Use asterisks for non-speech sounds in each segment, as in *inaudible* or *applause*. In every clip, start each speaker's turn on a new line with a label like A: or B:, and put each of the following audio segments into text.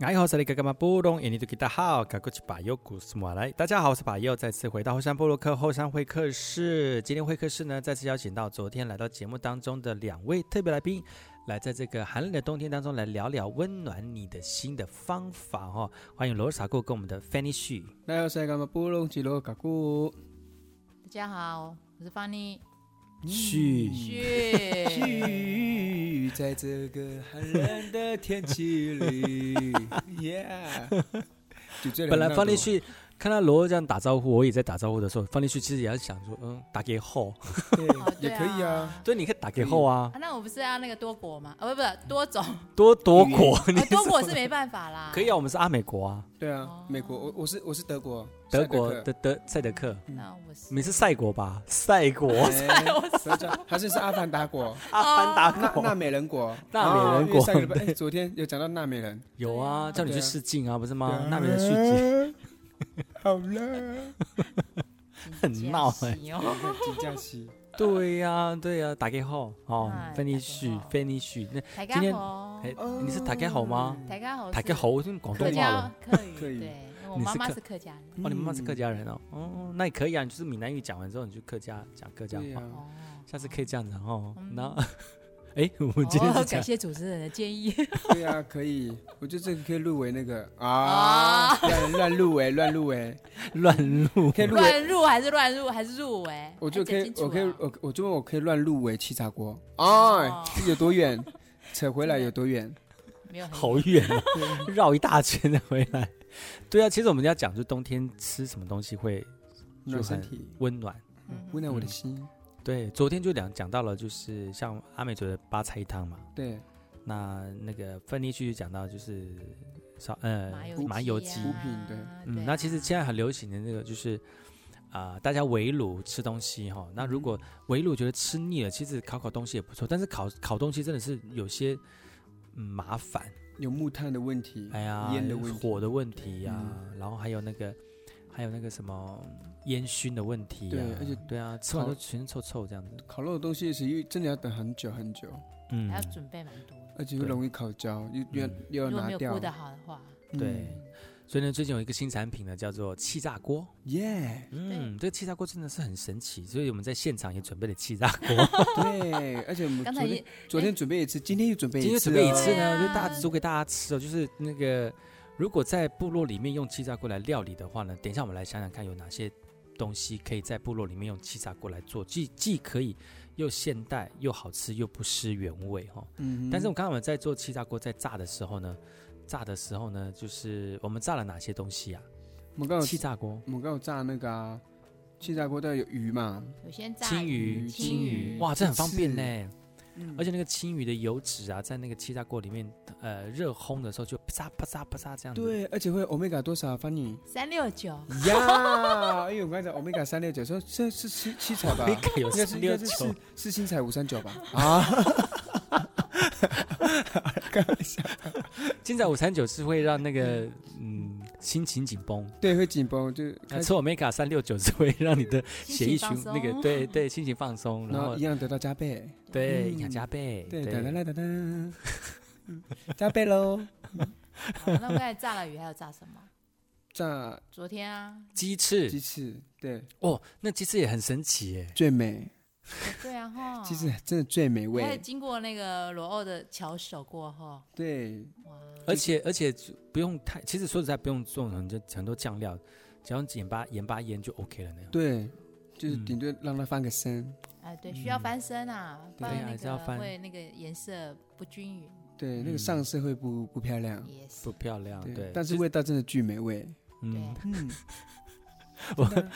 A: 哎，好，这里格格玛布隆，印尼的吉他好，格古奇巴尤古斯莫来。大家好，我是巴尤，再次回到后山部落克后山会客室。今天会客室呢，再次邀请到昨天来到节目当中的两位特别来宾，来在这个寒冷的冬天当中来聊聊温暖你的心的方法哦。欢迎罗萨姑跟我们的 Fanny Xu。
B: 来，我是干嘛布隆吉罗嘎古
C: 大家好，我是 Funny
A: 嗯
B: 旭
A: *laughs*
C: 旭。
B: 旭，在这个寒冷的天气
A: *laughs*
B: 里，Yeah，就这
A: 本来 Fanny Xu 看到罗这样打招呼，我也在打招呼的时候，Fanny Xu 其实也在想说，嗯，打给后，
C: 哦
B: 对，
C: 对
B: 也可以啊。
A: 对，你可以打给后啊
C: 啊，，那我不是要那个多博吗？啊，不不，多种，啊
A: 多多国， *laughs* 你
C: 多博是没办法啦。
A: *laughs* 可以啊，我们是阿美国啊，
B: 对啊，美国，我我是我是德国，
A: 德国
B: 赛
A: 的德赛德克。
C: 那我是
A: 你是赛国吧？ *laughs* 赛国，
B: 德克，哎不要这样还是是阿凡
A: *laughs*
B: 达国、
A: 阿凡
B: 纳
A: 达
B: 纳
A: 国
B: 美人国、
A: 纳美人
B: 哦因为
A: 国
B: 上个礼拜，哎昨天有讲到纳美人，
A: 有啊，叫你去试镜啊，不是
B: 对
A: 吗
B: 啊？
A: 那边的续集，
B: *laughs* 好了，
A: 很闹哎
C: 紧张哦
B: 金假期，
A: 对呀，对呀，打给后哦
C: 哎，
A: 芬妮
C: 打给
A: 许
C: 后，
A: 芬妮许，那
C: 大
A: 今
C: 家
A: 天
C: 好，
A: 哎，你是打给好吗？
C: 大家好，
A: 打给好，我听广
C: 客
A: 东话
C: 家
A: 了。
C: 客
B: 客
C: 语
B: 语
C: 对，因为我
A: 你是
C: 妈妈
A: 客
C: 是客家人。
A: 哦，你妈妈是客家人哦，哦，那也可以啊，你就是闽南语讲完之后，你去客家讲客家
B: 对啊
A: 话，
B: 呀，
C: 哦，
A: 下次可以这样子哦。
C: 嗯
A: 那，哎，我们今天
C: 哦
A: 是
C: 感
A: 讲
C: 谢主持人的建议。
B: 对呀，可以，我觉得这个可以入围那个啊
C: 啊，
B: 乱乱入围，乱入围，
A: 乱录，
B: 可以入围
C: *laughs* 乱入还是乱入还是入围？
B: 我就可以，
A: 啊
B: 我可以，
C: 以
B: 我我就问我可以乱入围七炸锅，哎
A: 啊
C: 哦，
B: 有
A: *laughs*
B: 多远？扯回来有多远？
C: 没有很
A: 好远哦， *laughs* 绕一大圈再回来。对啊，其实我们要讲，就冬天吃什么东西会啊
B: 暖身体，
A: 温暖。
C: 嗯
B: 温暖我的心。
A: 对，昨天就讲讲到了，就是像阿美族的八菜汤嘛，
B: 对，
A: 那那个芬妮去讲到就是烧呃
C: 麻油鸡
B: 补
C: 啊、
B: 品对
A: 嗯，那其实现在很流行的那个就是啊、大家围炉吃东西哈、那如果围炉觉得吃腻了，其实烤烤东西也不错，但是烤烤东西真的是有些。嗯麻烦，
B: 有木炭的问题，
A: 哎呀，
B: 嗯烟的问题嗯
A: 火的问题呀、然后还有那个，还有那个什么烟熏的问题、呀，
B: 对而且
A: 对啊，吃完
B: 烤
A: 都全身臭臭这样子，
B: 烤肉的东西其实真的要等很久很久，
A: 嗯
C: 还要准备蛮多的。
B: 而且又
A: 对
B: 容易烤焦，又又要
A: 嗯
B: 又要
C: 如果
B: 拿
C: 没有
B: 掉
C: 顾。得好的话，
B: 嗯
A: 对，所以呢，最近有一个新产品呢，叫做气炸锅。
B: 耶，
A: 嗯，这个气炸锅真的是很神奇，所以我们在现场也准备了气炸锅。
B: 对，而且我们
C: 刚
B: 昨
C: 才
B: 天
C: 也
B: 昨天准备一次，今天又准备
A: 今
B: 一
A: 天
B: 次
A: 准
B: 哦，
A: 备一次
C: 对
A: 呢，
C: 啊
A: 就大煮给大家吃哦，就是那个如果在部落里面用气炸锅来料理的话呢，等一下我们来想想看有哪些东西可以在部落里面用气炸锅来做，既既可以又现代又好吃又不失原味哈、哦。
B: 嗯哼
A: 但是我刚刚我们在做气炸锅在炸的时候呢，炸的时候呢，就是我们炸了哪些东西啊？
B: 我们刚有
A: 气炸锅、
B: 我们刚有炸那个啊，气炸锅带有鱼嘛，
C: 有些炸
A: 青鱼、
B: 青
C: 青
B: 鱼
A: 哇，这很方便
B: 是
A: 呢。
C: 嗯
A: 而且那个青鱼的油脂啊，在那个气炸锅里面，呃，热烘的时候就啪嚓啪嚓啪嚓这样子。，
B: 对，而且会 omega 多少啊，翻译？
C: 三六九，
B: 呀，因为我刚才 omega 三六九说这是七七彩吧，
A: 应该有
B: 应该
A: 十
B: 是应
A: 六
B: 该是
A: 球
B: 四。四星彩五三九吧？啊，
A: 现在午餐酒是会让那个嗯心情紧绷，
B: 对，会紧绷，就
A: 呃
B: 开始，
A: 吃 omega 三六九是会让你的血
C: 心
A: 液
C: 情
A: 循
C: 放
A: 那个
C: 松
A: 对对心情放松，
B: 然
A: 然
B: 后
A: 后
B: 一样得到加倍，
A: 对
B: 嗯
A: 营养加倍，
B: 对，哒哒哒哒哒，嗯加倍喽！
C: 好哦那我们刚才炸了鱼，还有炸什么？
B: 炸
C: 昨天啊，
A: 鸡翅
B: 鸡翅，对，
A: 哦，那鸡翅也很神奇耶，
B: 最美，
C: 对啊哈，
B: 鸡翅真的最美
C: 还有
B: 味，
C: 经过那个罗欧的巧手过后，
B: 对，
C: 哇，
A: 而且而且不用太，其实说实在不用做很多很多酱料，只要盐巴盐巴腌就 OK 了那样。
B: 对，就是
A: 嗯
B: 顶多让它翻个身，
C: 哎对，需要翻身啊，不
A: 对
C: 然
A: 还
C: 那
A: 是要翻
C: 个会那个颜色不均匀，
B: 对，那
A: 嗯
B: 个上色会不不漂亮，
C: 也是
A: 不漂亮，对，
B: 但是
A: 就
B: 味道真的巨美味，
A: 嗯，
B: 嗯，
A: *laughs*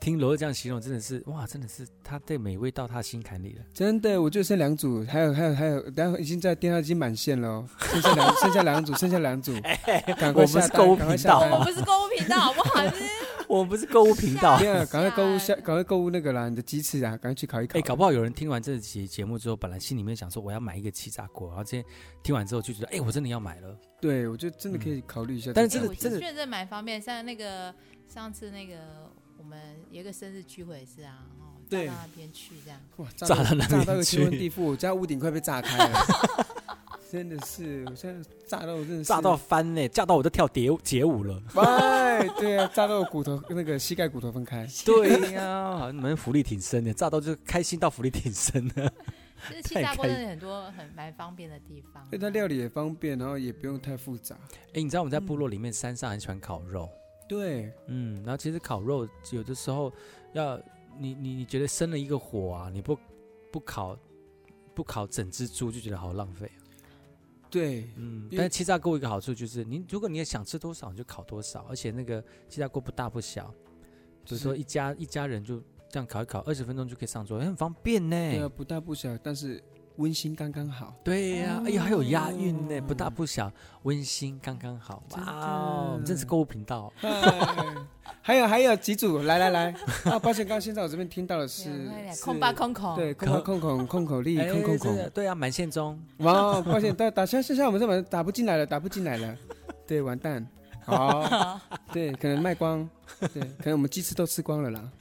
A: 听罗这样形容，真的是哇，真的是他对美味到他心坎里了。
B: 真的，我就剩两组，还有还有还有，然后已经在电话已经满线了哦，剩下
A: *laughs*
B: 两剩下两组，剩下两组，
A: 哎
B: 赶
A: 我
B: 快
A: 们
B: 下
A: 是
B: 单，
A: 购物
B: 赶快
A: 频
B: 下
A: 道
C: 哦
A: *laughs*
B: 单
C: 我，不是购物频道好不好？
A: *laughs* 我们不是购物频 *laughs* 道。
B: 对啊，赶快购物下，赶快购物那个啦，你的鸡翅啊，赶快去烤一烤。
A: 哎、搞不好有人听完这期节目之后，本来心里面想说我要买一个气炸锅，然后今天听完之后就觉得，哎、我真的要买了。
B: 对，我觉得真的可以考虑一下。
A: 嗯但是
C: 哎
A: 真的
C: 我其
A: 真
C: 实
A: 的
C: 觉得这蛮方便，像那个上次那个我们有一个生日聚会也是啊，哦，炸
B: 对
C: 到那边去这样，
B: 哇，炸
A: 炸
B: 到
A: 到那
B: 炸
A: 边
B: 到一个
A: 去
B: 天昏地覆，我家屋顶快被炸
A: *laughs*
B: 开了，真的是，我现在炸到我真的
A: *laughs*
B: 是
A: 炸到翻呢、炸到我都跳蝶街舞 *laughs* 了。
B: 哎，对啊，炸到我骨头那个膝盖骨头分开，
A: *laughs* 对呀、你们福利挺深的，炸到就开心到福利挺深的。
C: 其实气
A: 太
C: 炸锅
A: 开
C: 真的有很多很蛮方便的地方。
B: 对，它料理也方便，然后也不用太复杂。
A: *laughs* 哎、你知道我们在部落里面山上很喜欢烤肉，
B: 对，
A: 嗯，然后其实烤肉有的时候要你你你觉得生了一个火啊，你不不烤不烤整只猪就觉得好浪费。啊
B: 对，
A: 嗯，
B: 因为
A: 但是气炸锅有一个好处就是，你如果你也想吃多少，你就烤多少，而且那个气炸锅不大不小，比如
B: 就是
A: 说一家一家人就这样烤一烤，二十分钟就可以上桌，很方便呢。
B: 对啊，不大不小，但是温馨刚刚
A: *laughs*
B: 好。
A: 对呀、哎呀，还有押韵呢，
B: 哦
A: 不大不小，温馨刚刚好。哇
B: 真的
A: 哦，我们真是购物频道。哦
B: 哎 *laughs* 还有还有几组，来来来，啊，保险杠现在我这边听到的
C: 对我
B: 是
C: 们俩
B: 是
C: 空吧空口，
B: 对，空空空空空口力，空
A: 这个
B: 空空，
A: 对啊，满线中，
B: 哇，抱歉，打打现现在我们这边打不进来了，打不进来了，对，完蛋，
C: *laughs*
B: 好，对，可能卖光，对，可能我们鸡翅都吃光了啦， *laughs*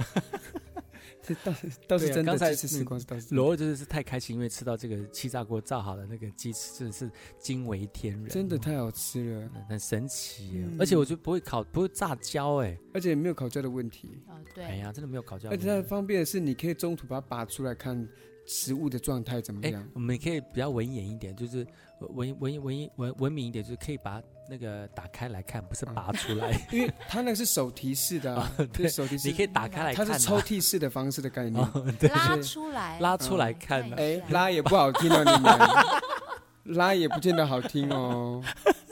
B: 这倒是倒是
A: 对啊
B: 真的，
A: 刚才
B: 鸡翅吃光是倒是真的
A: 罗二真的是太开心，因为吃到这个气炸锅炸好的那个鸡翅，真的是惊为天人，嗯
B: 真的太好吃了，
A: 很很神奇耶、
B: 嗯
A: 而且我就不会烤，不会炸焦哎、
B: 而且没有烤焦的问题，
C: 哦
A: 哎
C: 对，
A: 呀，真的没有烤嗯焦。
B: 嗯而且它方便的是你可以中途把它拔出来看食物的状态怎么
A: 哎
B: 样，，
A: 我们可以比较文言一点，就是呃文文文文文明一点，就是可以把那个打开来看，不是
B: 嗯
A: 拔出来。
B: 因为它那个是手提式
A: *laughs*
B: 的啊，
A: 哎哦对
B: 对，手提
A: 你
B: 式
A: 可。以打开来
B: 它
A: 看、
B: *laughs* 是
A: 啊，
B: 抽屉式的方式的概念，
A: 哦，对，
C: 拉出
A: *laughs*
C: 来，
A: 拉出来
C: 嗯
A: 看啊
B: 哎
C: 一，下
B: 拉也不好听哦，你们 *laughs* 拉也不见得好听哦，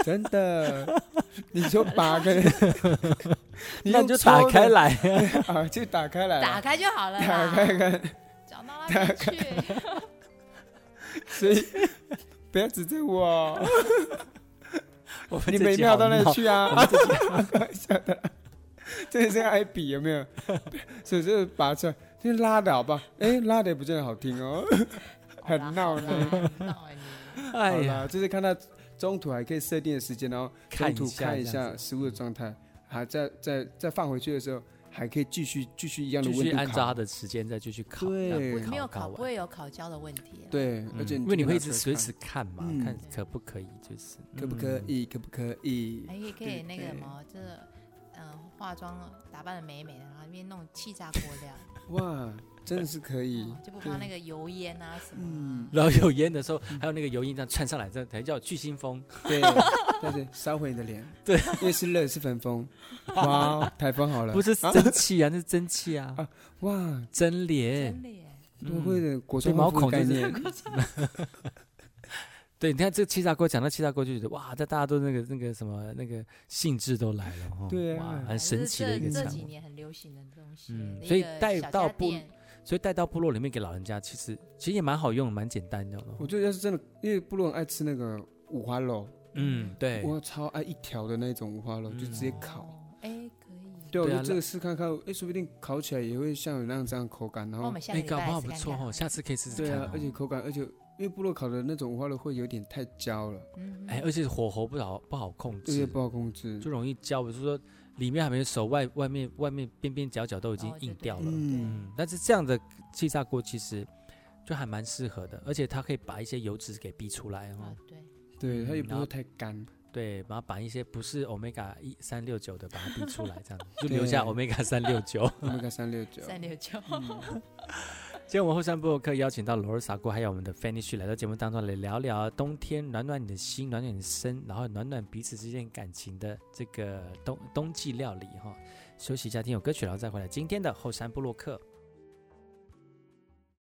B: 真的。你就把个， *laughs* 你
A: 那
B: 用
A: 你就
B: 搓
A: 打
B: 的
A: 开来。
B: *laughs*
A: 啊
B: 啊，就打开来，
C: 打开就好了啦，
B: 打开看，
C: 讲到那边去，
B: 所以不要指责我，
A: 我们 *laughs*
B: 你
A: 这
B: 没
A: 集
B: 妙
A: 好
B: 到那里
A: 闹
B: 去 *laughs* 啊！真 *laughs* 的，真的是个挨比有没 *laughs* 有？所以就是拔出来，就拉的好不好？哎，拉的也不见得好听哦， *laughs* 很闹呢。
C: 呢，很闹啊
A: *laughs*
C: 呢，
A: 哎
B: *laughs* 好
A: 呀，
B: 啦，就是看它中途还可以设定的时间，然后中
A: 看
B: 途
A: 一下
B: 看一
A: 这样
B: 下食物的状态，还再再再放回去的时候，还可以继续继续一样的
A: 继
B: 温
A: 续
B: 度
A: 按照它
B: 烤。
A: 的时间再继续烤，这
B: 对
A: 样
B: 烤
C: 没有烤
A: 烤
C: 不
A: 完。
C: 会有烤焦的问题啊，
B: 对，而且
A: 嗯因为你会一直随
B: 随
A: 时
B: 时
A: 看嘛，
B: 嗯
A: 看可不可以，就是
B: 可不可
A: 嗯
B: 以，可不可以？
C: 哎，也可以那个
B: 对
C: 什么，就是嗯、呃化妆打扮的美美的，然后里面弄
A: *laughs*
C: 气炸锅料，
A: 嗯
B: 哇，真的是可以
C: 哦，就不怕那个油烟啊什么
B: 嗯
A: 然后有烟的时候，还有那个油烟这样窜上来，这才叫巨星风。
B: *laughs* 对，但是烧毁你的脸，
A: 对，
B: 因为是热是
A: *laughs*
B: 粉风，哇，哦台风好了，
A: 不是
B: 啊
A: 蒸汽啊，那是蒸汽啊，
B: 啊哇，
A: 蒸
C: 啊，
A: 脸
C: 真。的耶，
B: 多会的国
A: 对
B: 中
A: 嗯毛
B: 化
A: 孔
B: 概
A: 就是 *laughs*
B: 念，
A: 对，你看这个气炸锅，讲到气炸锅就觉得哇，这大家都那个那个什么那个兴致都来了哦，
B: 对
A: 哇
B: 啊，
A: 很神奇的一个
C: 这
A: 产
C: 这几
A: 物。
C: 年很流行的东西，
A: 嗯
C: 那
A: 所以
C: 个
A: 带
C: 小
A: 到
C: 家
A: 不
C: 电
A: 所以带到部落里面给老人家，其实其实也蛮好用，蛮简单的哦。
B: 我觉得要是真的，因为部落人爱吃那个五花肉，
A: 嗯，对，嗯
B: 我超爱一条的那种五花肉，就直接烤。
C: 哦哎可以，
B: 对，我
A: 对
B: 觉
A: 啊
B: 得这个试看看，哎，说不定烤起来也会像有那样这样口感，然
C: 那我
B: 后
C: 们下个
A: 哎，
C: 礼拜
A: 搞不好
C: 试
A: 不
C: 看
A: 错
C: 看
A: 哦，下次可以试试
B: 对
A: 看
B: 啊
A: 哦。，
B: 而且口感，而且因为部落烤的那种五花肉会有点太焦了，
C: 嗯
A: 哎，而且火候不好不好控
B: 这些
A: 制，
B: 不好控制
A: 就。容易焦。比如说里面还没熟，外外面外面边边角角都已经
C: 哦对
A: 硬
C: 对
A: 掉了。
B: 嗯，
A: 嗯，但是这样的气炸锅其实就还蛮适合的，而且它可以把一些油脂给逼出来哦
C: 啊。对，
B: 对，它也
A: 嗯
B: 不
A: 然后
B: 会太干。
A: 对，然后把一些不是 omega 一三六九的把它逼出来，这样
B: *laughs*
A: 就
B: 对
A: 留下 omega 三六九。
B: 我们看三
A: *laughs*
B: 六九，
C: 三六九，
A: 今天我们后山部落客邀请到罗尔萨姑还有我们的 Fanny 旭来到节目当中来聊聊冬天暖暖你的心，暖暖你的身，然后暖暖彼此之间感情的这个冬冬季料理哈。休息一下，听首歌曲，然后再回来今天的后山部落客。